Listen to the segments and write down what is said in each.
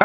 อ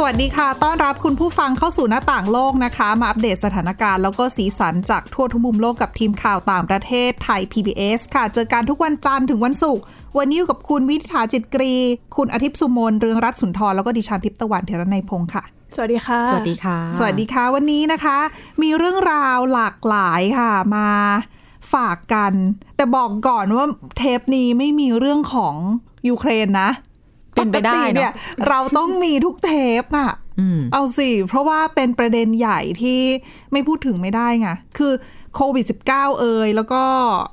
สวัสดีค่ะ ต้อนรับคุณผู้ฟังเข้าสู่หน้าต่างโลกนะคะ มาอัปเดตสถานการณ์แล้วก็สีสันจากทั่วทุกมุมโลกกับทีมข่าวต่างประเทศไทย PBS ค่ะ เจอกันทุกวันจันทร์ถึงวันศุกร์ วันนี้อยู่กับคุณวิธาจิตกรี คุณอาทิตย์สุมน เรืองรัตน์สุนทร แล้วก็ดิฉันทิพย์ตะวันเทระในยพงค์ค่ะ สวัสดีค่ะ สวัสดีค่ะ สวัสดีค่ะ วันนี้นะคะ มีเรื่องราวหลากหลายค่ะมาฝากกัน แต่บอกก่อนว่าเทปนี้ไม่มีเรื่องของยูเครนนะ เป็นไปได้ กติเนี่ย เราต้องมีทุกเทปอะ อืม เอาสิเพราะว่าเป็นประเด็นใหญ่ที่ไม่พูดถึงไม่ได้ไงคือโควิด -19 เอยแล้วก็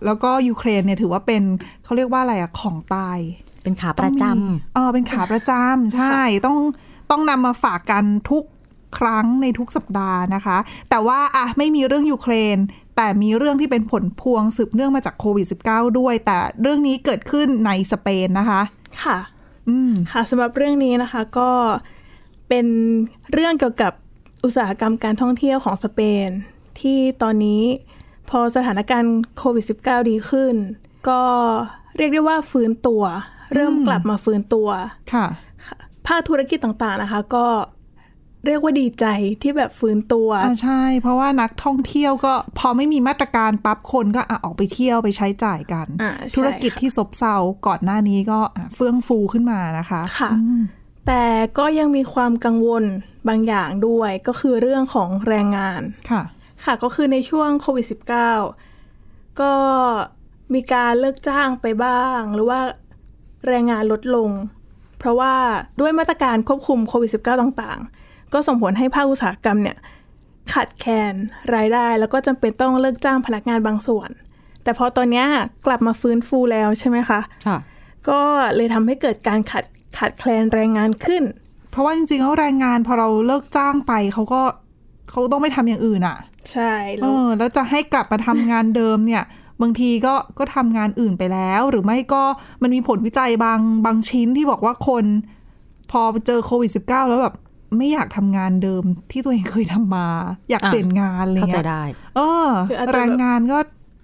แล้วก็ยูเครนเนี่ยถือว่าเป็นเขาเรียกว่าอะไรอะของตาย เป็นขาประจำ ต้องมีเออเป็นขาประจำ ใช่ ต้องต้องนำมาฝากกันทุกครั้งในทุกสัปดาห์นะคะ แต่ว่าอ่ะไม่มีเรื่องยูเครน แต่มีเรื่องที่เป็นผลพวงสืบเนื่องมาจากโควิด -19 ด้วย แต่เรื่องนี้เกิดขึ้นในสเปนนะคะ ค่ะ อืม ค่ะสำหรับเรื่องนี้นะคะก็เป็นเรื่องเกี่ยวกับอุตสาหกรรมการท่องเที่ยวของสเปน ที่ตอนนี้พอสถานการณ์โควิด -19 ดีขึ้น ก็เรียกได้ว่าฟื้นตัว เริ่ม อืม กลับมาฟื้นตัว ค่ะ ภาคธุรกิจต่างๆนะคะ ก็เรียกว่าดีใจที่แบบฟื้นตัว อ่าใช่ เพราะว่านักท่องเที่ยวก็พอไม่มีมาตรการปั๊บคนก็อ่ะออกไปเที่ยวไปใช้จ่ายกัน อ่าใช่ ธุรกิจที่ซบเซาก่อนหน้านี้ก็อ่ะเฟื่องฟูขึ้นมานะคะ ค่ะ อืม แต่ก็ยังมีความกังวลบางอย่างด้วยก็คือเรื่องของแรงงาน ค่ะ ค่ะก็คือในช่วงโควิด -19 ก็มีการเลิกจ้างไปบ้าง หรือว่าแรงงานลดลง เพราะว่าด้วยมาตรการควบคุมโควิด -19 ต่างๆ ก็ส่งผลให้ภาคอุตสาหกรรมเนี่ยขาดแคลนรายได้ แล้วก็จำเป็นต้องเลิกจ้างพนักงานบางส่วน แต่พอตอนเนี้ยกลับมาฟื้นฟูแล้วใช่ไหมคะ ค่ะ ก็เลยทำให้เกิดการขาดขาดแคลนแรงงานขึ้น เพราะว่าจริงๆแล้วแรงงานพอเราเลิกจ้างไปเขาก็เขาต้องไม่ทำอย่างอื่นอะ่ะ ใช่ เอ แล้ว อแล้วจะให้กลับมาทำงานเดิมเนี่ย บางทีก็ก็ทำงานอื่นไปแล้ว หรือไม่ก็มันมีผลวิจัยบางบางชิ้นที่บอกว่าคน พอเจอโควิด -19 แล้วแบบ ไม่อยากทำงานเดิมที่ตัวเองเคยทำมา อยาก อ่ะ เปลี่ยนงานอะไร เข้าใจ เงี้ย ได้ เออ หรืออาจจะแบบ แรงงานก็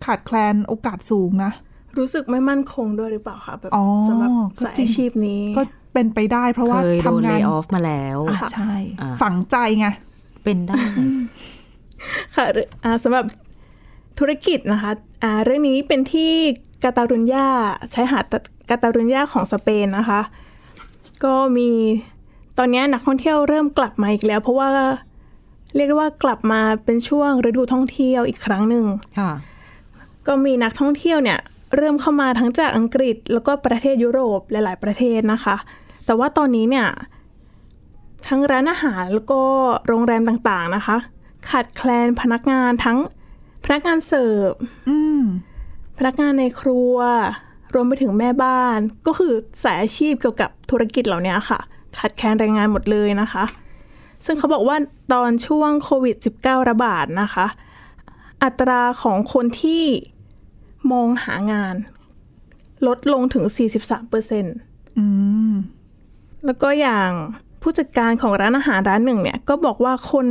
ขาดแคลนโอกาสสูงนะ รู้สึกไม่มั่นคงด้วยหรือเปล่าคะแบบ อ๋อ สำหรับ ก็ สาย จริง อาชีพนี้ ก็เป็นไปได้ เพราะว่า เคยโดน ทำ เล งาน ย์ออฟมาแล้ว อ่ะใช่ อ่า ฝังใจไง เป็นได้ ค่ะหรืออ่าสำหรับธุรกิจนะคะอ่าเรื่องนี้เป็นที่กาตารุญญาใช้หาดกาตารุญญาของสเปนนะคะ ก็มีตอนนี้นักท่องเที่ยวเริ่มกลับมาอีกแล้ว เพราะว่าเรียกได้ว่ากลับมาเป็นช่วงฤดูท่องเที่ยวอีกครั้งหนึ่ง ค่ะ ก็มีนักท่องเที่ยวเนี่ยเริ่มเข้ามาทั้งจากอังกฤษ แล้วก็ประเทศยุโรปหลาย ๆ ประเทศนะคะ แต่ว่าตอนนี้เนี่ยทั้งร้านอาหารแล้วก็โรงแรมต่างๆนะคะ ขาดแคลนพนักงานทั้งพนักงานเสิร์ฟ อืม พนักงานในครัว รวมไปถึงแม่บ้าน ก็คือสายอาชีพเกี่ยวกับธุรกิจเหล่านี้ค่ะ ขาดแคลนแรงงานหมดเลยนะคะ ซึ่งเขาบอกว่าตอนช่วงโควิด -19 ระบาดนะคะ อัตราของคนที่มองหางาน ลดลงถึง 43เปอร์เซ็น อืม แล้วก็อย่างผู้จัดการของร้านอาหารร้านหนึ่งเนี่ย ก็บอกว่าคน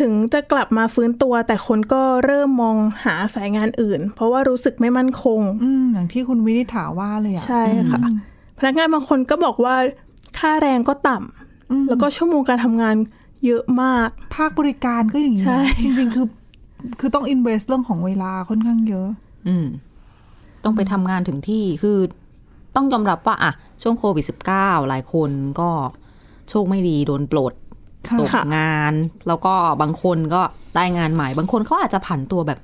ถึงจะกลับมาฟื้นตัว แต่คนก็เริ่มมองหาสายงานอื่น เพราะว่ารู้สึกไม่มั่นคง อืมอย่างที่คุณวินิษฐาว่าเลยอะ ใช่ค่ะ พนักงานบางคนก็บอกว่าค่าแรงก็อต่ืม ำแล้วก็ชั่วโมงการทำงานเยอะมาก ภาคบริการก็อย่างนี้ ใช่ นะจริงๆ คือ คือต้องอินเวสเรื่องของเวลาค่อนข้างเยอะ อืม ต้องไปทำงานถึงที่ คือ ต้องยอมรับว่าอะช่วงโควิด -19 หลายคนก็โชคไม่ดีโดนปลด ค่ะ ตกงาน แล้วก็บางคนก็ได้งานใหม่ บางคนเขาอาจจะผันตัวแบบ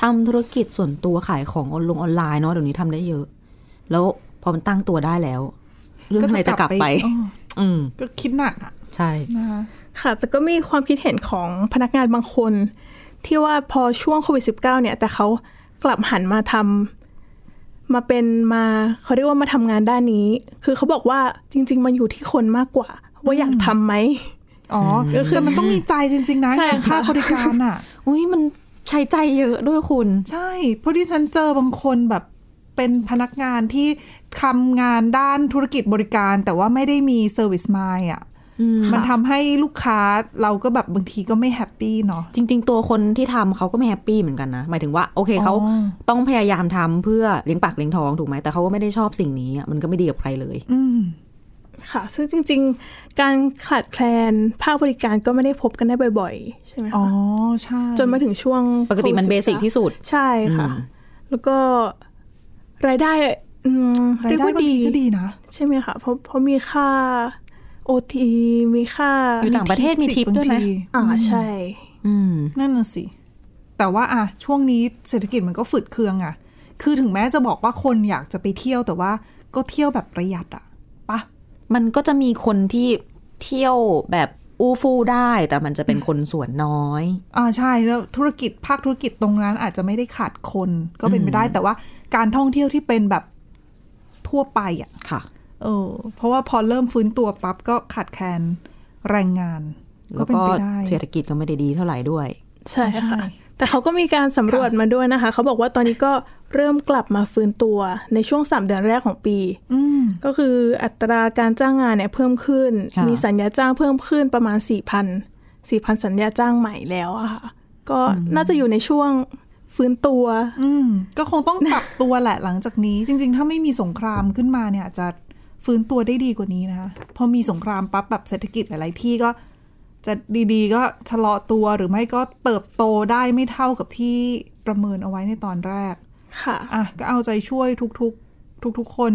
ทำธุรกิจส่วนตัวขายของออนลงออนไลน์เนาะเดี๋ยวนี้ทำได้เยอะ แล้วพอมันตั้งตัวได้แล้ว เรื่องอะไรจะกลับไป อ๋อ อืม ก็คิดหนักอะ ใช่ นะคะ ค่ะแต่ก็มีความคิดเห็นของพนักงานบางคน ที่ว่าพอช่วงโควิด -19 เนี่ย แต่เขากลับหันมาทำมาเป็นมาเขาเรียกว่ามาทำงานด้านนี้ คือเขาบอกว่าจริง ๆ มันอยู่ที่คนมากกว่า ว่าอยากทำไหม อ๋ออแต่มันต้องมีใจจริง ๆ นะ ใช่ อย่างภาค ค่ะ บริการอะ อุ้ยมันใช้ใจเยอะด้วยคุณ ใช่ เพราะที่ฉันเจอบางคนแบบเป็นพนักงานที่ทำงานด้านธุรกิจบริการ แต่ว่าไม่ได้มีเซอร์วิสมายอะ อืม มันทำให้ลูกค้าเราก็แบบบางทีก็ไม่แฮปปี้เนาะ จริง ๆ ตัวคนที่ทำเขาก็ไม่แฮปปี้เหมือนกันนะ หมายถึงว่าโอเค อ๋อ เขาต้องพยายามทำเพื่อเลี้ยงปากเลี้ยงท้องถูกไหมแต่เขาก็ไม่ได้ชอบสิ่งนี้อะมันก็ไม่ดีกับใครเลย อืม ค่ะ ซึ่งจริง ๆ การขาดแคลนภาคบริการก็ไม่ได้พบกันได้บ่อยๆ ใช่ไหม อ๋อ คะ ใช่ จนมาถึงช่วง ปกติมัน โค เบ วิด สิกที่สุด ใช่ค่ะ อืม แล้วก็รายได้อืม รายได้ เว่ บางทีก็ดีนะ ใช่ไหมคะเพราะเพราะมีค่าโอทีมีค่า อยู่ต่างประเทศมีทิปด้วยไหม บางที อ่าใช่ อืม นั่นน่ะสิ แต่ว่าอะช่วงนี้เศรษฐกิจมันก็ฝืดเคืองอะคือถึงแม้จะบอกว่าคนอยากจะไปเที่ยวแต่ว่าก็เที่ยวแบบประหยัดอะปะ มันก็จะมีคนที่เที่ยวแบบอู้ฟู่ได้ แต่มันจะเป็นคนส่วนน้อย อ่าใช่แล้วธุรกิจภาคธุรกิจตรงนั้นอาจจะไม่ได้ขาดคนก็เป็นไปได้ แต่ว่าการท่องเที่ยวที่เป็นแบบทั่วไปอะ่ะ ค่ะ เออ เพราะว่าพอเริ่มฟื้นตัวปั๊บก็ขาดแคลนแรงงาน ก็ แล้ว เป็น ก็ ไปได้ เศรษฐกิจก็ไม่ได้ดีเท่าไหร่ด้วย ใช่ ใช่ ค่ะ แต่เขาก็มีการสำรวจมาด้วยนะคะ เขาบอกว่าตอนนี้ก็เริ่มกลับมาฟื้นตัวในช่วง 3 เดือนแรกของปี อืม ก็คืออัตราการจ้างงานเนี่ยเพิ่มขึ้น ค่ะ มีสัญญาจ้างเพิ่มขึ้นประมาณ 4,000 4,000 สัญญาจ้างใหม่แล้วอะค่ะ ก็น่าจะอยู่ในช่วงฟื้นตัว อืมก็คงต้องปรับตัวแหละหลังจากนี้ จริง ๆ ถ้าไม่มีสงครามขึ้นมาเนี่ยอาจจะฟื้นตัวได้ดีกว่านี้นะคะพอมีสงครามปั๊บแบบเศรษฐกิจหลายๆที่ก็ จะดีๆ ก็ชะลอตัวหรือไม่ก็เติบโตได้ไม่เท่ากับที่ประเมินเอาไว้ในตอนแรก ค่ะ อ่ะก็เอาใจช่วยทุกๆ ทุกๆคน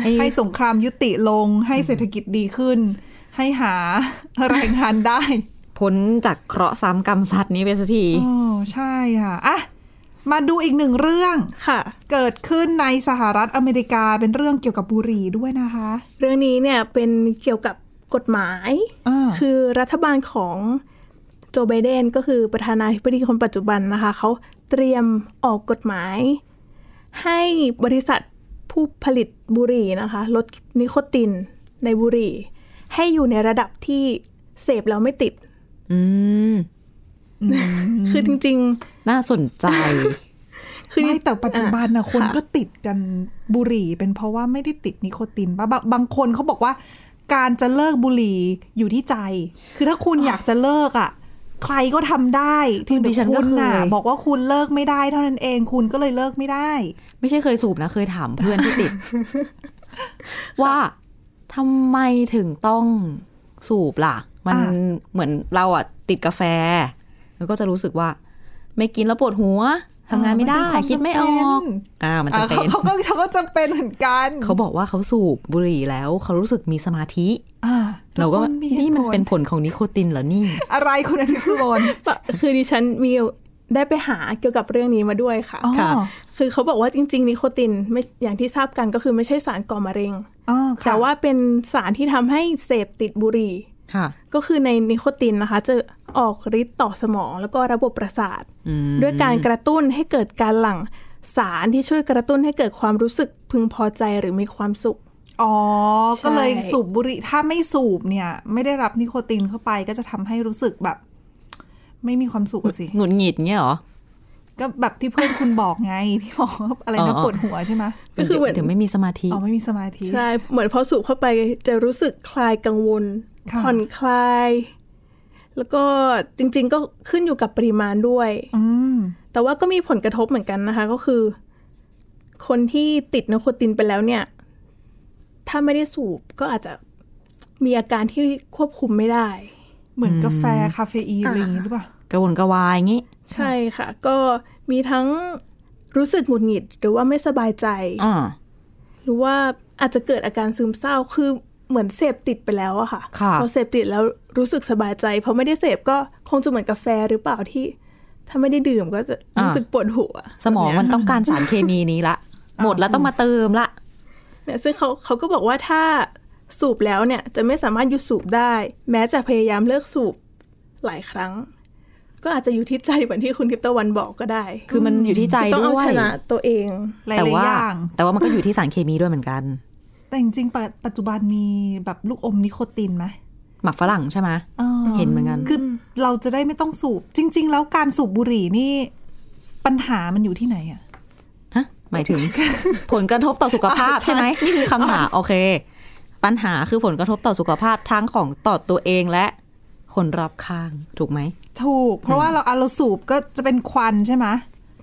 ให้ ให้สงครามยุติลงให้เศรษฐกิจดีขึ้น ให้หา แรงงานได้ พ้นจากเคราะห์ซ้ำกรรมสัตว์นี้ไปสักที อ๋อใช่ค่ะอ่ะ มาดูอีกหนึ่งเรื่อง ค่ะ เกิดขึ้นในสหรัฐอเมริกาเป็นเรื่องเกี่ยวกับบุหรี่ด้วยนะคะ เรื่องนี้เนี่ยเป็นเกี่ยวกับกฎหมาย อ่า คือรัฐบาลของโจไบเดนก็คือประธานาธิบดีคนปัจจุบันนะคะ เขาเตรียมออกกฎหมาย ให้บริษัทผู้ผลิตบุหรี่นะคะ ลดนิโคตินในบุหรี่ ให้อยู่ในระดับที่เสพแล้วไม่ติด อืม คือจริง น่าสนใจ ๆ คือ ไม่แต่ปัจจุบันนะ อ่ะ คน ค่ะ ก็ติดกันบุหรี่ เป็นเพราะว่าไม่ได้ติดนิโคตินปะบางบางคนเขาบอกว่า การจะเลิกบุหรี่อยู่ที่ใจ คือถ้าคุณอยากจะเลิกอ่ะ ใครก็ทำได้เพียงแต่ ดิฉันก็ คุณน่ะ เคย บอกว่าคุณเลิกไม่ได้เท่านั้นเองคุณก็เลยเลิกไม่ได้ ไม่ใช่เคยสูบนะ เคยถามเพื่อนที่ติด ว่าทำไมถึงต้องสูบล่ะ มัน อ่ะ เหมือนเราอ่ะ ติดกาแฟ แล้วก็จะรู้สึกว่า ไม่กินแล้วปวดหัวทำงานไม่ได้ เเป็วา คิดไม่ออก อ่า มันจะ อ่ะ เป็ เขา น เขาก็เขาก็จะเป็นเหมือนกัน เขาบอกว่าเขาสูบบุหรี่แล้ว เขารู้สึกมีสมาธิ อ่ะ เราก็ ทุคหตุ นี่มัน ผล เป็นผลของนิโคตินเหรอนี่ อะไรคุณอนิสุรน คือดิฉันมีได้ไปหาเกี่ยวกับเรื่องนี้มาด้วยค่ะ อ๋อ ค่ะ คือเขาบอกว่าจริง ๆ นิโคตินไม่อย่างที่ทราบกันก็คือไม่ใช่สารก่อมะเร็ง อ๋อค่ะ แต่ว่าเป็นสารที่ทำให้เสพติดบุหรี่ ค่ะ ก็คือในนิโคตินนะคะ จะออกฤทธิ์ต่อสมองแล้วก็ระบบประสาท อืม ด้วยการกระตุ้นให้เกิดการหลั่งสารที่ช่วยกระตุ้นให้เกิดความรู้สึกพึงพอใจหรือมีความสุข อ๋อ ใช่ ก็เลยสูบบุหรี่ถ้าไม่สูบเนี่ย ไม่ได้รับนิโคตินเข้าไปก็จะทำให้รู้สึกแบบ ไม่มีความสุขอะสิ หงุดหงิดเงี้ยเหรอ ก็แบบที่เพื่อนคุณบอกไงที่บอกว่าอะไร อ๋ นะ อ ปวดหัวใช่ไหม ก็คือเหมือน ถึงไม่มีสมาธิ อ๋อไม่มีสมาธิ ใช่เหมือนพอสูบเข้าไปจะรู้สึกคลายกังวล ค่ะ ผ่อนคลาย แล้วก็จริงๆ ก็ขึ้นอยู่กับปริมาณด้วย อืม แต่ว่าก็มีผลกระทบเหมือนกันนะคะ ก็คือ คนที่ติดนิโคตินไปแล้วเนี่ย ถ้าไม่ได้สูบก็อาจจะมีอาการที่ควบคุมไม่ได้ เหมือนกาแฟคาเฟอีนอะไรอย่างงี้หรือเปล่า กระวนกระวายงี้ ใช่ค่ะ ก็มีทั้งรู้สึกหงุดหงิด หรือว่าไม่สบายใจ อ่า หรือว่าอาจจะเกิดอาการซึมเศร้าคือเหมือนเสพติดไปแล้วอะค่ะ ค่ะ พอเสพติดแล้วรู้สึกสบายใจพอไม่ได้เสพก็คงจะเหมือนกาแฟหรือเปล่าที่ ถ้าไม่ได้ดื่มก็จะรู้สึกปวดหัว สมองมันต้องการสารเคมีนี้ ละ หมดแล้วต้องมาเติมละ เนี่ยซึ่งเขาเขาก็บอกว่าถ้าสูบแล้วเนี่ยจะไม่สามารถหยุดสูบได้ แม้จะพยายามเลิกสูบหลายครั้ง ก็อาจจะอยู่ที่ใจเหมือนที่คุณทิพย์ตะวันบอกก็ได้ คือมันอยู่ที่ใจ คือต้อง ด้ เอา วย ชนะตัวเอง หลา แต่ ย ว่า ๆอย่าง แต่ว่ามันก็อยู่ที่สารเคมีด้วยเหมือนกัน แต่จริงๆปะปัจจุบันมีแบบลูกอมนิโคตินไหม หมักฝรั่งใช่ไหม ออ เห็นเหมือนกัน คือเราจะได้ไม่ต้องสูบ จริง ๆ แล้วการสูบบุหรี่นี่ ปัญหามันอยู่ที่ไหนอะ ฮะ หมายถึง ผลกระทบต่อสุขภาพใช่ไหมนี่คือคำถามโอเค ปัญหาคือผลกระทบต่อสุขภาพทั้งของต่อตัวเองและคนรอบข้างถูกไหม ถูก เพราะว่าเราอะเราสูบก็จะเป็นควันใช่ไหม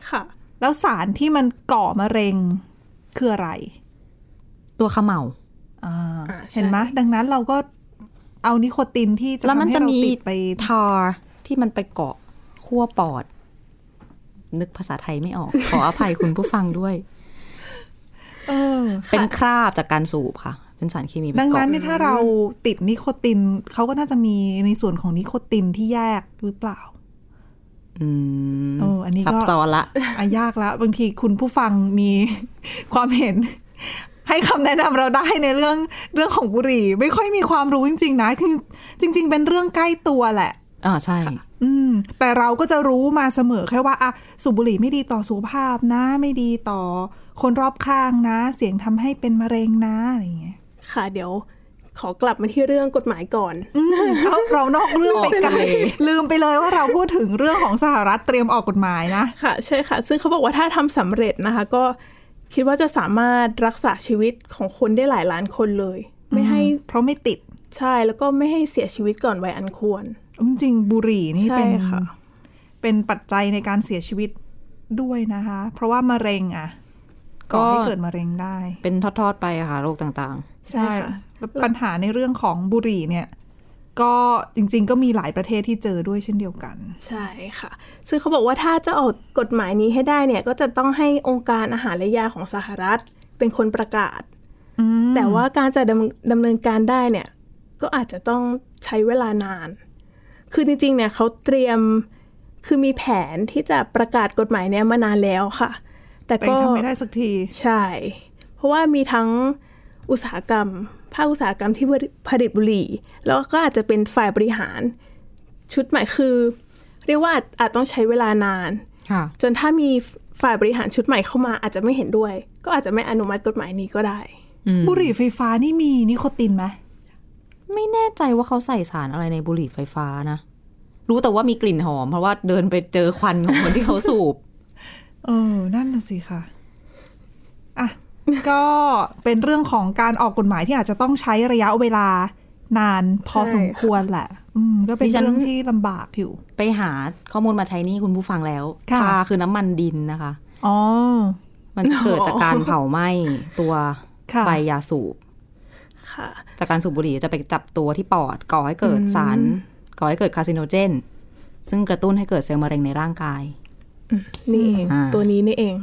ค่ะ แล้วสารที่มันก่อมะเร็งคืออะไร ตัวเขมเหลา อ่า อ่าใช่ เห็นไหมดังนั้นเราก็เอานิโคตินที่จะ แล้วมัทำนให้ จะ เรา มี ติดไป ทาร์ที่มันไปเกาะขั้วปอด นึกภาษาไทยไม่ออก ขออภัยคุณผู้ฟังด้วย เออ เป็นคราบจากการสูบค่ะ เป็นสารเคมีไป ดังนั้น เกาะ เนี่ยถ้าเราติดนิโคตินเขาก็น่าจะมีในส่วนของนิโคตินที่แยกหรือเป ล่า อืม เอออันนี้ก็ ซับซ้อนละ อะยากละบางทีคุณผู้ฟังมี ความเห็น ให้คำแนะนำเราได้ในเรื่องเรื่องของบุหรี่ ไม่ค่อยมีความรู้จริง ๆ นะคือจริง ๆ เป็นเรื่องใกล้ตัวแหละ อ่าใช่ อืม แต่เราก็จะรู้มาเสมอแค่ว่าอะสูบบุหรี่ไม่ดีต่อสุขภาพนะ ไม่ดีต่อคนรอบข้างนะ เสียงทำให้เป็นมะเร็งนะอะไรอย่างเงี้ย ค่ะ เดี๋ยวขอกลับมาที่เรื่องกฎหมายก่อน อืม เอาเรานอกเรื่องไปไกล ออกเลย ลืมไปเลยว่าเราพูดถึงเรื่องของสหรัฐเตรียมออกกฎหมายนะ ค่ะ ใช่ค่ะ ซึ่งเขาบอกว่าถ้าทำสำเร็จนะคะ ก็คิดว่าจะสามารถรักษาชีวิตของคนได้หลายล้านคนเลย ไม่ให้ เพราะไม่ติด ใช่แล้วก็ไม่ให้เสียชีวิตก่อนวัยอันควร จริงๆบุหรี่นี่ ใช่ เป็น ค่ะ เป็นปัจจัยในการเสียชีวิตด้วยนะคะ เพราะว่ามะเร็งอ่ะ ก็ ก่อให้เกิดมะเร็งได้ เป็นทอดๆไปอะค่ะโรคต่าง ใช่ ค่ะ แล้วปัญหาในเรื่องของบุหรี่เนี่ย ก็จริง ๆ ก็มีหลายประเทศที่เจอด้วยเช่นเดียวกัน ใช่ค่ะ ซึ่งเขาบอกว่าถ้าจะออกกฎหมายนี้ให้ได้เนี่ย ก็จะต้องให้องค์การอาหารและยาของสหรัฐ เป็นคนประกาศ อืม แต่ว่าการจะดำดำเนินการได้เนี่ย ก็อาจจะต้องใช้เวลานาน คือจริงๆ เนี่ยเขาเตรียม คือมีแผนที่จะประกาศกฎหมายเนี่ยมานานแล้วค่ะ แต่ แต่ ก็ ทำไม่ได้สักที ใช่ เพราะว่ามีทั้งอุตสาหกรรม ภาคอุตสาหกรรมที่ผลิตบุหรี่ แล้วก็อาจจะเป็นฝ่ายบริหาร ชุดใหม่คือ เรียกว่าอาจอาจต้องใช้เวลานาน ๆ ค่ะ จนถ้ามีฝ่ายบริหารชุดใหม่เข้ามาอาจจะไม่เห็นด้วย ก็อาจจะไม่อนุมัติกฎหมายนี้ก็ได้ บุหรี่ไฟฟ้านี่มีนิโคตินไหม ไม่แน่ใจว่าเขาใส่สารอะไรในบุหรี่ไฟฟ้านะ รู้แต่ว่ามีกลิ่นหอม เพราะว่าเดินไปเจอควันของคนที่เขาสูบ เออ นั่นน่ะสิค่ะอ่ะ ก็เป็นเรื่องของการออกกฎหมายที่อาจจะต้องใช้ระยะเวลานานพอ ใช่ค่ะ สมควรแหละ อืม ก็เป็น ดิฉัน เรื่องที่ลำบากอยู่ ไปหาข้อมูลมาใช้หนี่คุณผู้ฟังแล้ว ค่ะ ทาคือน้ำมันดินนะคะ อ๋อ มันจะเกิดจากการเผาไหม้ตัว ค่ะ ใบยาสูบ ค่ะ จากการสูบบุหรี่จะไปจับตัวที่ปอดก่อให้เกิดสาร ก่อให้เกิดคาซิโนเจน ซึ่งกระตุ้นให้เกิดเซลล์มะเร็งในร่างกาย นี่เอง อ่า ตัวนี้นี่เอง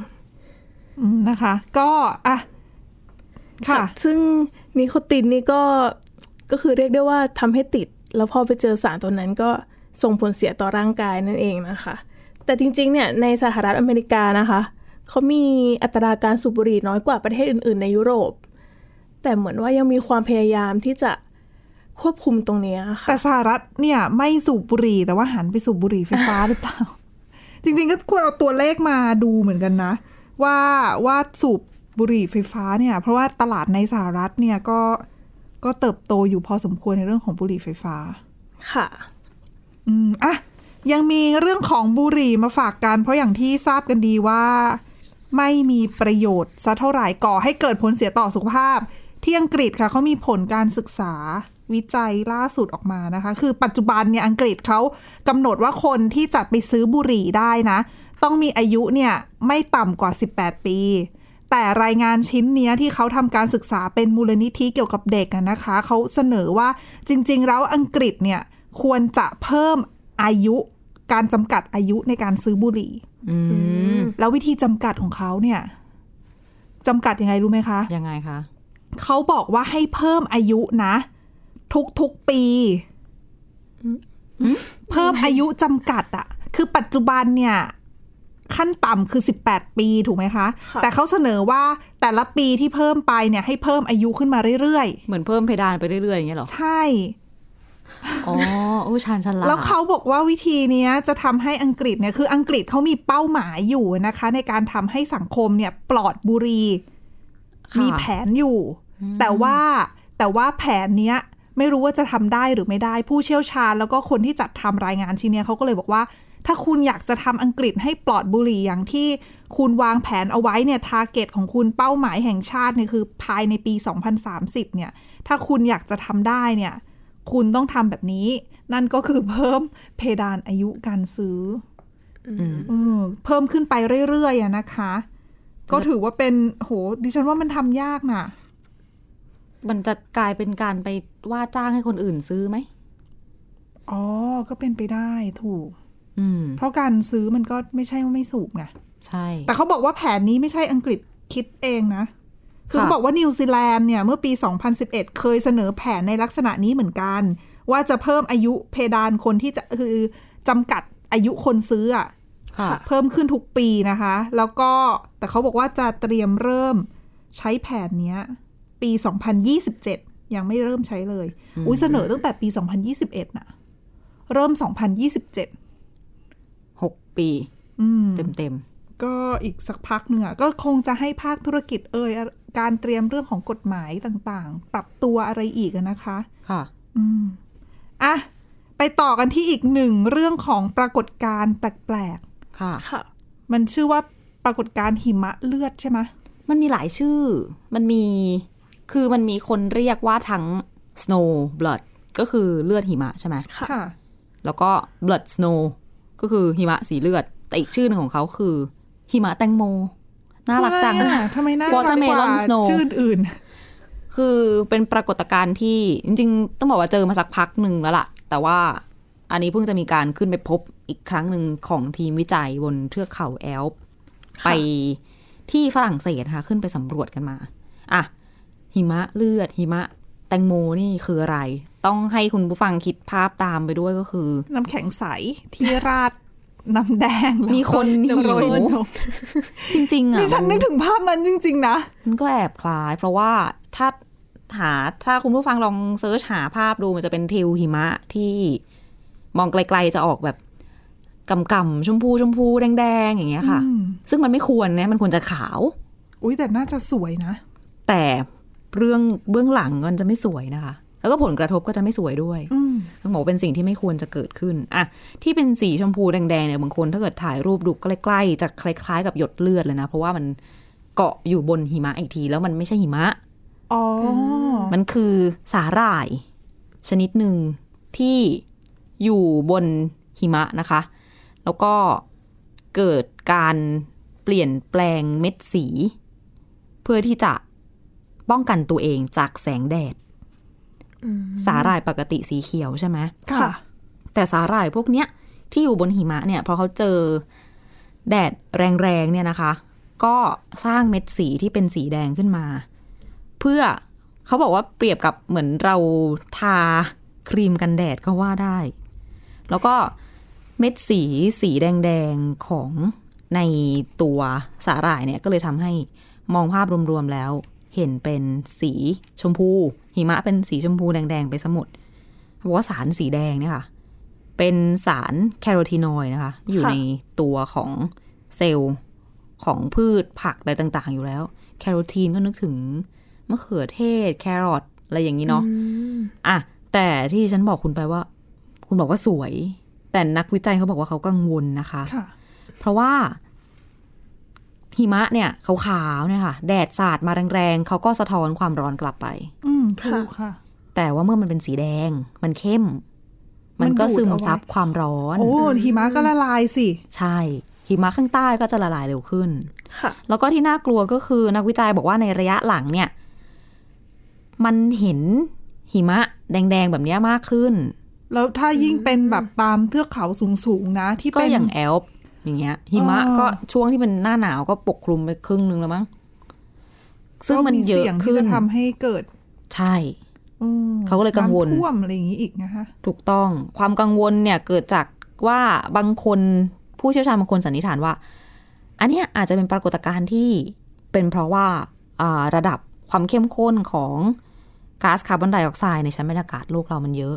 อืมนะคะ ก็อ่ะค่ะ ซึ่งนิโคตินนี่ก็ก็คือเรียกได้ว่าทำให้ติด แล้วพอไปเจอสารตัวนั้นก็ส่งผลเสียต่อร่างกายนั่นเองนะคะ แต่จริงๆเนี่ยในสหรัฐอเมริกานะคะเขามีอัตราการสูบบุหรี่น้อยกว่าประเทศอื่น ๆ ในยุโรป แต่เหมือนว่ายังมีความพยายามที่จะควบคุมตรงเนี้ยค่ะ แต่สหรัฐเนี่ยไม่สูบบุหรี่แต่ว่าหันไปสูบบุหรี่ไฟฟ้า หรือเปล่า จริงๆก็ควรเอาตัวเลขมาดูเหมือนกันนะ ว่าว่าสูบบุหรี่ไฟฟ้าเนี่ย เพราะว่าตลาดในสหรัฐเนี่ยก็ก็เติบโตอยู่พอสมควรในเรื่องของบุหรี่ไฟฟ้า ค่ะ อืมอ่ะยังมีเรื่องของบุหรี่มาฝากกัน เพราะอย่างที่ทราบกันดีว่า ไม่มีประโยชน์ซะเท่าไหร่ก่อให้เกิดผลเสียต่อสุขภาพ ที่อังกฤษค่ะเขามีผลการศึกษาวิจัยล่าสุดออกมานะคะ คือปัจจุบันเนี่ยอังกฤษเขากำหนดว่าคนที่จัดไปซื้อบุหรี่ได้นะ ต้องมีอายุเนี่ยไม่ต่ำกว่า 18 ปี แต่รายงานชิ้นเนี้ยที่เขาทำการศึกษาเป็นมูลนิธิเกี่ยวกับเด็กอะนะคะเขาเสนอว่าจริง ๆ แล้วอังกฤษเนี่ยควรจะเพิ่มอายุการจำกัดอายุในการซื้อบุหรี่ อืม แล้ววิธีจำกัดของเขาเนี่ยจำกัดยังไงรู้ไหมคะ ยังไงคะ เขาบอกว่าให้เพิ่มอายุนะ ทุกทุกๆปี เพิ่มอายุจำกัดอะคือปัจจุบันเนี่ย ขั้นต่ำคือ 18 ปีถูกไหมคะ ค่ะ แต่เขาเสนอว่าแต่ละปีที่เพิ่มไปเนี่ย ให้เพิ่มอายุขึ้นมาเรื่อย เหมือนเพิ่มเพดานไปเรื่อยๆอย่างเงี้ยเหรอ ๆ ใช่ อ๋อโอ้ชาญฉลาด แล้วเขาบอกว่าวิธีเนี้ยจะทำให้อังกฤษเนี่ยคืออังกฤษเขามีเป้าหมายอยู่นะคะ ในการทำให้สังคมเนี่ยปลอดบุหรี ค่ะ มีแผนอยู่ แต่ว่าแต่ว่าแผนเนี้ยไม่รู้ว่าจะทำได้หรือไม่ได้ผู้เชี่ยวชาญ แล้วก็คนที่จัดทำรายงานชิ้นเนี้ยเขาก็เลยบอกว่า ถ้าคุณอยากจะทำอังกฤษให้ปลอดบุหรี่อย่างที่คุณวางแผนเอาไว้เนี่ยทาร์เก็ตของคุณเป้าหมายแห่งชาติเนี่ยคือภายในปี 2030 เนี่ย ถ้าคุณอยากจะทำได้เนี่ย คุณต้องทำแบบนี้ นั่นก็คือเพิ่มเพดานอายุการซื้อออืมเพิ่มขึ้นไปเรื่อยๆอะนะคะ ก็ถือว่าเป็นโหดิฉันว่ามันทำยากน่ะ มันจะกลายเป็นการไปว่าจ้างให้คนอื่นซื้อไหม อ๋อ ก็เป็นไปได้ถูก อืม เพราะการซื้อมันก็ไม่ใช่ว่าไม่สูบไง ใช่ แต่เขาบอกว่าแผนนี้ไม่ใช่อังกฤษคิดเองนะ คือ ค่ะ เขาบอกว่านิวซีแลนด์เนี่ย เมื่อปี 2011 เคยเสนอแผนในลักษณะนี้เหมือนกัน ว่าจะเพิ่มอายุเพดานคนที่จะคือจำกัดอายุคนซื้ออะ ค่ะ เพิ่มขึ้นทุกปีนะคะ แล้วก็แต่เขาบอกว่าจะเตรียมเริ่มใช้แผนเนี้ย ปี 2027 ยังไม่เริ่มใช้เลย อุ้ยเสนอตั้งแต่ปี 2021น่ะ เริ่ม 2027 หกปี อืม เต็มเต็ม ก็อีกสักพักหนึ่งอ่ะก็คงจะให้ภาคธุรกิจเอ่ยการเตรียมเรื่องของกฎหมายต่างๆ ปรับตัวอะไรอีกอะนะคะ ๆค่ะ อืมอ่ะไปต่อกันที่อีกหนึ่งเรื่องของปรากฏการณ์แปลก ค่ะ ค่ะ ๆ มันชื่อว่าปรากฏการณ์หิมะเลือดใช่ไหม มันมีหลายชื่อ มันมี คือมันมีคนเรียกว่าทั้ง snow blood ก็คือเลือดหิมะใช่ไหม ค่ะ แล้วก็ blood snow ก็คือหิมะสีเลือด แต่อีกชื่อหนึ่งของเขาคือ หิมะแตงโม น่ารักจัง ทำไมอะทำไมน่ารักกว่า Watermelon Snow ชื่ออื่น คือเป็นปรากฏการณ์ที่จริงๆ ต้องบอกว่าเจอมาสักพักหนึ่งแล้วล่ะ แต่ว่าอันนี้เพิ่งจะมีการขึ้นไปพบอีกครั้งหนึ่งของทีมวิจัยบนเทือกเขาแอลป์ไปที่ฝรั่งเศสค่ะ ขึ้นไปสำรวจกันมาอ่ะหิมะเลือดหิมะแตงโมนี่คืออะไร ต้องให้คุณผู้ฟังคิดภาพตามไปด้วยก็คือ น้ำแข็งใสที่ราดน้ำแดงแล้ว มีคน ก็โรย หิว นม จริงๆอ่ะ ดิฉันนึมักถึงภาพนั้นจริง ๆ นะ มันก็แอบคล้าย เพราะว่าถ้าหาถ้าคุณผู้ฟังลองเซิร์ชหาภาพดูมันจะเป็นทิวหิมะที่มองไกลๆจะออกแบบกำกำๆชมพูชมพูแดง ๆ อย่างเงี้ยค่ะ อืม ซึ่งมันไม่ควรนะมันควรจะขาว อุ้ยแต่น่าจะสวยนะ แต่เรื่องเบื้องหลังมันจะไม่สวยนะคะ แล้วก็ผลกระทบก็จะไม่สวยด้วย อืม ต้องบอกว่าเป็นสิ่งที่ไม่ควรจะเกิดขึ้นอะที่เป็นสีชมพูแดงๆเนี่ยบางคนถ้าเกิดถ่ายรูปดูใกล้ๆจะคล้ายๆ กับหยดเลือดเลยนะ เพราะว่ามันเกาะอยู่บนหิมะอีกที แล้วมันไม่ใช่หิมะ อ๋ออ มันคือสาหร่าย ชนิดหนึ่งที่อยู่บนหิมะนะคะ แล้วก็เกิดการเปลี่ยนแปลงเม็ดสี เพื่อที่จะป้องกันตัวเองจากแสงแดด สาหร่ายปกติสีเขียวใช่ไหม ค่ะ แต่สาหร่ายพวกเนี้ยที่อยู่บนหิมะเนี่ยพอเขาเจอแดดแรงๆเนี่ยนะคะ ก็สร้างเม็ดสีที่เป็นสีแดงขึ้นมา เพื่อเขาบอกว่าเปรียบกับเหมือนเราทาครีมกันแดดก็ว่าได้ แล้วก็เม็ดสีสีแดงๆของในตัวสาหร่ายเนี่ยก็เลยทำให้มองภาพรวมๆแล้ว เห็นเป็นสีชมพู หิมะเป็นสีชมพูแดงๆไปสมุดเขาบอกว่าสารสีแดงเนี่ยค่ะ เป็นสารแคโรทีนอยด์นะคะ อยู่ ค่ะ ในตัวของเซลล์ของพืชผักอะไรต่างๆ อยู่แล้ว แคโรทีนก็นึกถึงมะเขือเทศ แครอทอะไรอย่างนี้เนาะ อ่ะ แต่ที่ฉันบอกคุณไปว่า คุณบอกว่าสวย แต่นักวิจัยเขาบอกว่าเขากังวลนะคะ ค่ะ เพราะว่าหิมะเนี่ยขาวๆเนี่ยค่ะ แดดสาดมาแรงๆเขาก็สะท้อนความร้อนกลับไป อืมถูกค่ะ แต่ว่าเมื่อมันเป็นสีแดง มันเข้ม มันก็ มันดูด ซึม เอาไว้ ซับความร้อน โอ้หิมะก็ละลายสิ ใช่ หิมะข้างใต้ก็จะละลายเร็วขึ้น ค่ะ แล้วก็ที่น่ากลัวก็คือนักวิจัยบอกว่าในระยะหลังเนี่ย มันเห็นหิมะแดงๆแบบเนี้ยมากขึ้น แล้วถ้ายิ่งเป็นแบบตามเทือกเขาสูงๆนะ ที่ ก็ เป็น อย่างแอลป์อย่างเงี้ย หิมะ อ๋อ ก็ช่วงที่เป็นหน้าหนาวก็ปกคลุมไปครึ่งนึงแล้วมั้งซึ่งมันเยอะ ก็สี่งที่ ขึ้น จะทำให้เกิด ใช่ อืม เขาก็เลยกังวล น้ำท่วมอะไรอย่างนี้อีกนะคะ ถูกต้องความกังวลเนี่ยเกิดจากว่าบางคนผู้เชี่ยวชาญบางคนสันนิษฐานว่า อันเนี้ยอาจจะเป็นปรากฏการณ์ที่เป็นเพราะว่าอ่าระดับความเข้มข้นของก๊าซคาร์บอนไดออกไซด์ในชั้นบรรยากาศโลกเรามันเยอะ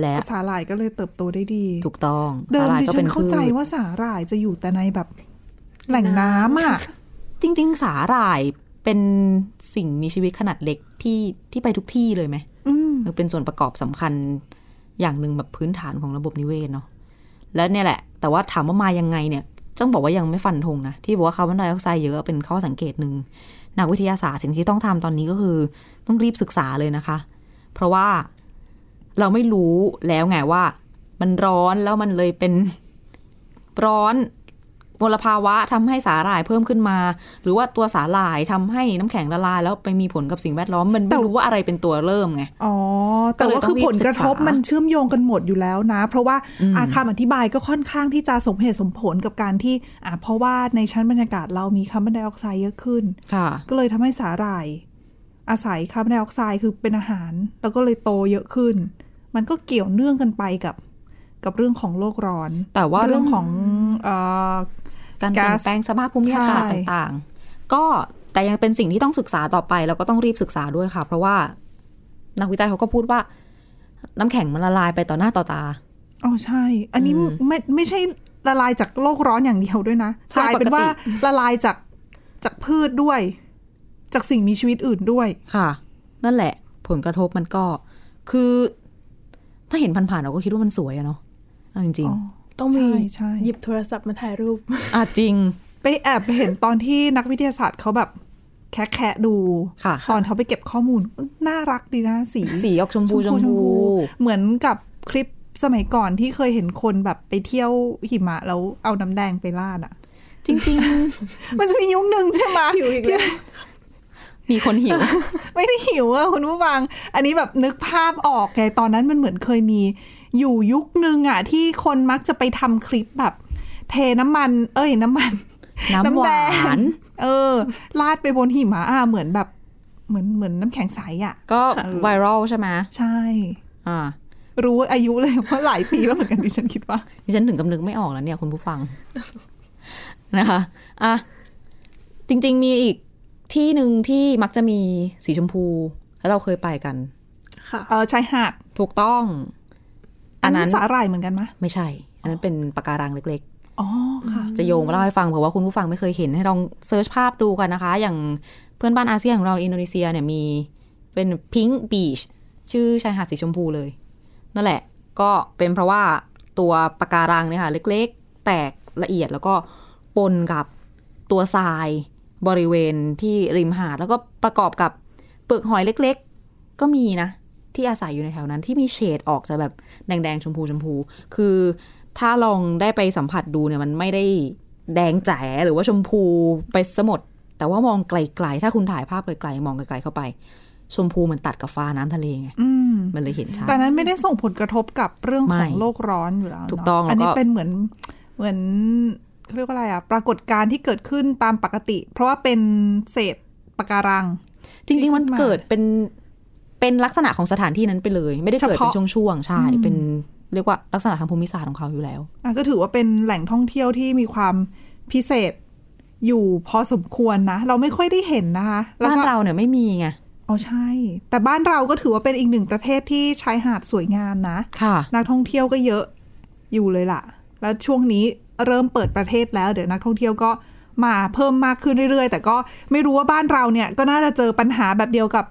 และ สาหร่ายก็เลยเติบโตได้ดี ถูกต้อง เดิ สามหร่าย ดิ ก็ ฉั เป็น น เข้าใจ พืช ว่าสาหร่ายจะอยู่แต่ในแบบแหล่งน้ำอ่ะ จริง ๆ สาหร่ายเป็นสิ่งมีชีวิตขนาดเล็กที่ที่ไปทุกที่เลยไหม อืม มันเป็นส่วนประกอบสำคัญอย่างหนึ่งแบบพื้นฐานของระบบนิเวศเนาะและเนี่ยแหละ แต่ว่าถามว่ามายังไงเนี่ยต้องบอกว่ายังไม่ฟันธงนะที่บอกว่าคาร์บอนไดออกไซด์เยอะเป็นข้อสังเกตหนึ่งนักวิทยาศาสตร์สิ่งที่ต้องทำตอนนี้ก็คือต้องรีบศึกษาเลยนะคะ เพราะว่าเราไม่รู้แล้วไงว่า มันร้อนแล้วมันเลยเป็น ร้อนมลภาวะทำให้สาหร่ายเพิ่มขึ้นมา หรือว่าตัวสาหร่ายทำให้น้ำแข็งละลาย แล้วไปมีผลกับสิ่งแวดล้อมมัน แต่ ไม่รู้ว่าอะไรเป็นตัวเริ่มไง อ๋อ แต่ว่าคือผลกระทบ ก็เลยต้องรีบศึกษามั มันเชื่อมโยงกันหมดอยู่แล้วนะ เพราะว่าอาคำอธิบายก็ค่อนข้างที่จะสมเหตุสมผลกับการที่อ่าเพราะว่าในชั้นบรรยากาศเรามีคาร์บอนไดออกไซด์เยอะขึ้น ค่ะ ก็เลยทำให้สาหร่าย อาศัยคาร์บอนไดออกไซด์คือเป็นอาหาร แล้วก็เลยโตเยอะขึ้น มันก็เกี่ยวเนื่องกันไปกับ กับเรื่องของโลกร้อน แต่ว่า เรื่ เรื่ อ องง ข ข อ อง ง เอ่อ การเปลี่ยนแปลงสภาพภูมิอากาศ ใช่ ต่างๆ ก็แต่ยังเป็นสิ่งที่ต้องศึกษาต่อไปแล้วก็ต้องรีบศึกษาด้วยค่ะ เพราะว่านักวิจัยเขาก็พูดว่า น้ำแข็งมันละลายไปต่อหน้าต่อตา อ๋อใช่ อันนี้ไม่ไม่ใช่ละลายจากโลกร้อนอย่างเดียวด้วยนะ ใช่ กลายเป็น ปกติ ว่าละลายจากจากพืชด้วย จากสิ่งมีชีวิตอื่นด้วย ค่ะ นั่นแหละ ผลกระทบมันก็ คือ ถ้าเห็นผ่านๆเราก็คิดว่ามันสวยอะเนาะเอาจริง อ๋อ ต้องมี ใช่ใช่ หยิบโทรศัพท์มาถ่ายรูป ๆอ่ะจริง ไปแอบเห็นตอนที่นักวิทยาศาสตร์เขาแบบแคะแคะดู ค่ะ ตอนเขาไปเก็บข้อมูล น่ารักดีนะสี สีออกชมพูชมพู เหมือนกับคลิปสมัยก่อนที่เคยเห็นคนแบบไปเที่ยวหิมะแล้วเอาน้ำแดงไปราดอ่ะ จริง มันจะมียุคหนึ่งใช่ไหม หิวอีกแล้ว ๆ มีคน หิว ไม่ได้หิวอะคุณผู้ฟัง อันนี้แบบนึกภาพออกไงตอนนั้นมันเหมือนเคยมี อยู่ยุคนึงอะที่คนมักจะไปทำคลิปแบบ เทน้ำมัน เอ้ยน้ำมัน น้ำหวาน เออลาดไปบนหิมะอะเหมือนแบบเหมือนเหมือนน้ำแข็งใสอะ ก็ไวรัลใช่ไหม ใช่ อ่า รู้อายุเลยเพราะหลายปีแล้วเหมือนกันดิฉันคิดว่า ดิฉันถึงกำนึกไม่ออกแล้วเนี่ยคุณผู้ฟัง นะคะอ่ะจริง ๆ มีอีกที่หนึ่งที่มักจะมีสีชมพู แล้วเราเคยไปกัน ค่ะ เออชายหาด ถูกต้อง อันนั้น สาหร่ายเหมือนกันมะ ไม่ใช่ อันนั้นเป็นปะการังเล็ก อ๋อค่ะ ๆ จะโยงมาเล่าให้ฟังเผื่อว่าคุณผู้ฟังไม่เคยเห็นให้ลองเซิร์ชภาพดูกันนะคะ อย่างเพื่อนบ้านอาเซียนของเราอินโดนีเซียเนี่ยมีเป็นพิง k ์บีชชื่อชายหาดสีชมพูเลย นั่นแหละ ก็เป็นเพราะว่าตัวปะการังเนี่ยค่ะ เล็กๆ แตกละเอียดแล้วก็ปนกับตัวทรายบริเวณที่ริมหาด แล้วก็ประกอบกับเปลือกหอยเล็กๆ ก็มีนะ ที่อาศัยอยู่ในแถวนั้นที่มีเฉดออกจะแบบแดงๆ ชมพูชมพูๆคือถ้าลองได้ไปสัมผัสดูเนี่ย มันไม่ได้แดงแจ๋หรือว่าชมพูไปสมด แต่ว่ามองไกลๆ ถ้าคุณถ่ายภาพไกลๆ มองไกลๆเข้าไป ชมพูมันตัดกับฟ้าน้ำทะเลไง อืม มันเลยเห็นชัด แต่นั้นไม่ได้ส่งผลกระทบกับเรื่องของ ไม่ โลกร้อนอยู่แล้วเนะ ถูกต้อง อันนี้ แล้วก็ เป็นเหมือนเหมือนเขาเรียกว่าอะไรอะปรากฏการณ์ที่เกิดขึ้นตามปกติ เพราะว่าเป็นเศษปะการัง จริงๆ มัน ที่ขึ้นมา เกิดเป็นเป็นลักษณะของสถานที่นั้นไปเลย ไม่ได้เกิด เฉพาะ เป็นช่วงๆ ใช่ เป็นเรียกว่าลักษณะทางภูมิศาสตร์ของเขาอยู่แล้ว อ่ะก็ถือว่าเป็นแหล่งท่องเที่ยวที่มีความพิเศษอยู่พอสมควรนะ เราไม่ค่อยได้เห็นนะคะแล้ว บ้าน ก็ เราเนี่ยไม่มีไง อ๋อใช่ แต่บ้านเราก็ถือว่าเป็นอีกหนึ่งประเทศที่ชายหาดสวยงามนะ ค่ะ นักท่องเที่ยวก็เยอะอยู่เลยล่ะ แล้วช่วงนี้เริ่มเปิดประเทศแล้ว เดี๋ยวนักท่องเที่ยวก็มาเพิ่มมากขึ้นเรื่อยๆ แต่ก็ไม่รู้ว่าบ้านเราเนี่ยก็น่าจะเจอปัญหาแบบเดียวกับ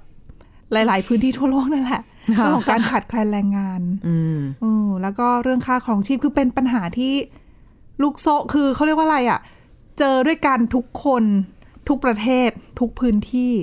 หลาย ๆ พื้นที่ทั่วโลกนั่นแหละเรื่องของการขาดแคลนแรงงาน อืม เออแล้วก็เรื่องค่าของชีพคือเป็นปัญหาที่ลูกโซะคือเขาเรียกว่าอะไรอะ่ะ เจอด้วยกันทุกคนทุกประเทศทุกพื้นที่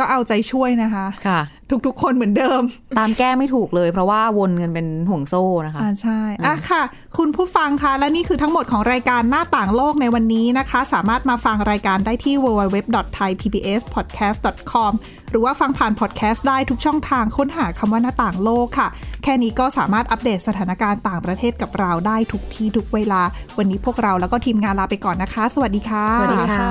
ก็เอาใจช่วยนะคะ ค่ะ ทุกๆ คนเหมือนเดิม ตามแก้ไม่ถูกเลย เพราะว่าวนกันเป็นห่วงโซ่นะคะ อ่าใช่ อ่ะค่ะ คุณผู้ฟังคะ และนี่คือทั้งหมดของรายการหน้าต่างโลกในวันนี้นะคะ สามารถมาฟังรายการได้ที่ www.thaipbspodcast.com หรือว่าฟังผ่านพอดแคสต์ได้ทุกช่องทางค้นหาคำว่าหน้าต่างโลกค่ะ แค่นี้ก็สามารถอัปเดตสถานการณ์ต่างประเทศกับเราได้ทุกที่ทุกเวลา วันนี้พวกเราแล้วก็ทีมงานลาไปก่อนนะคะ สวัสดีค่ะ สวัสดีค่ะ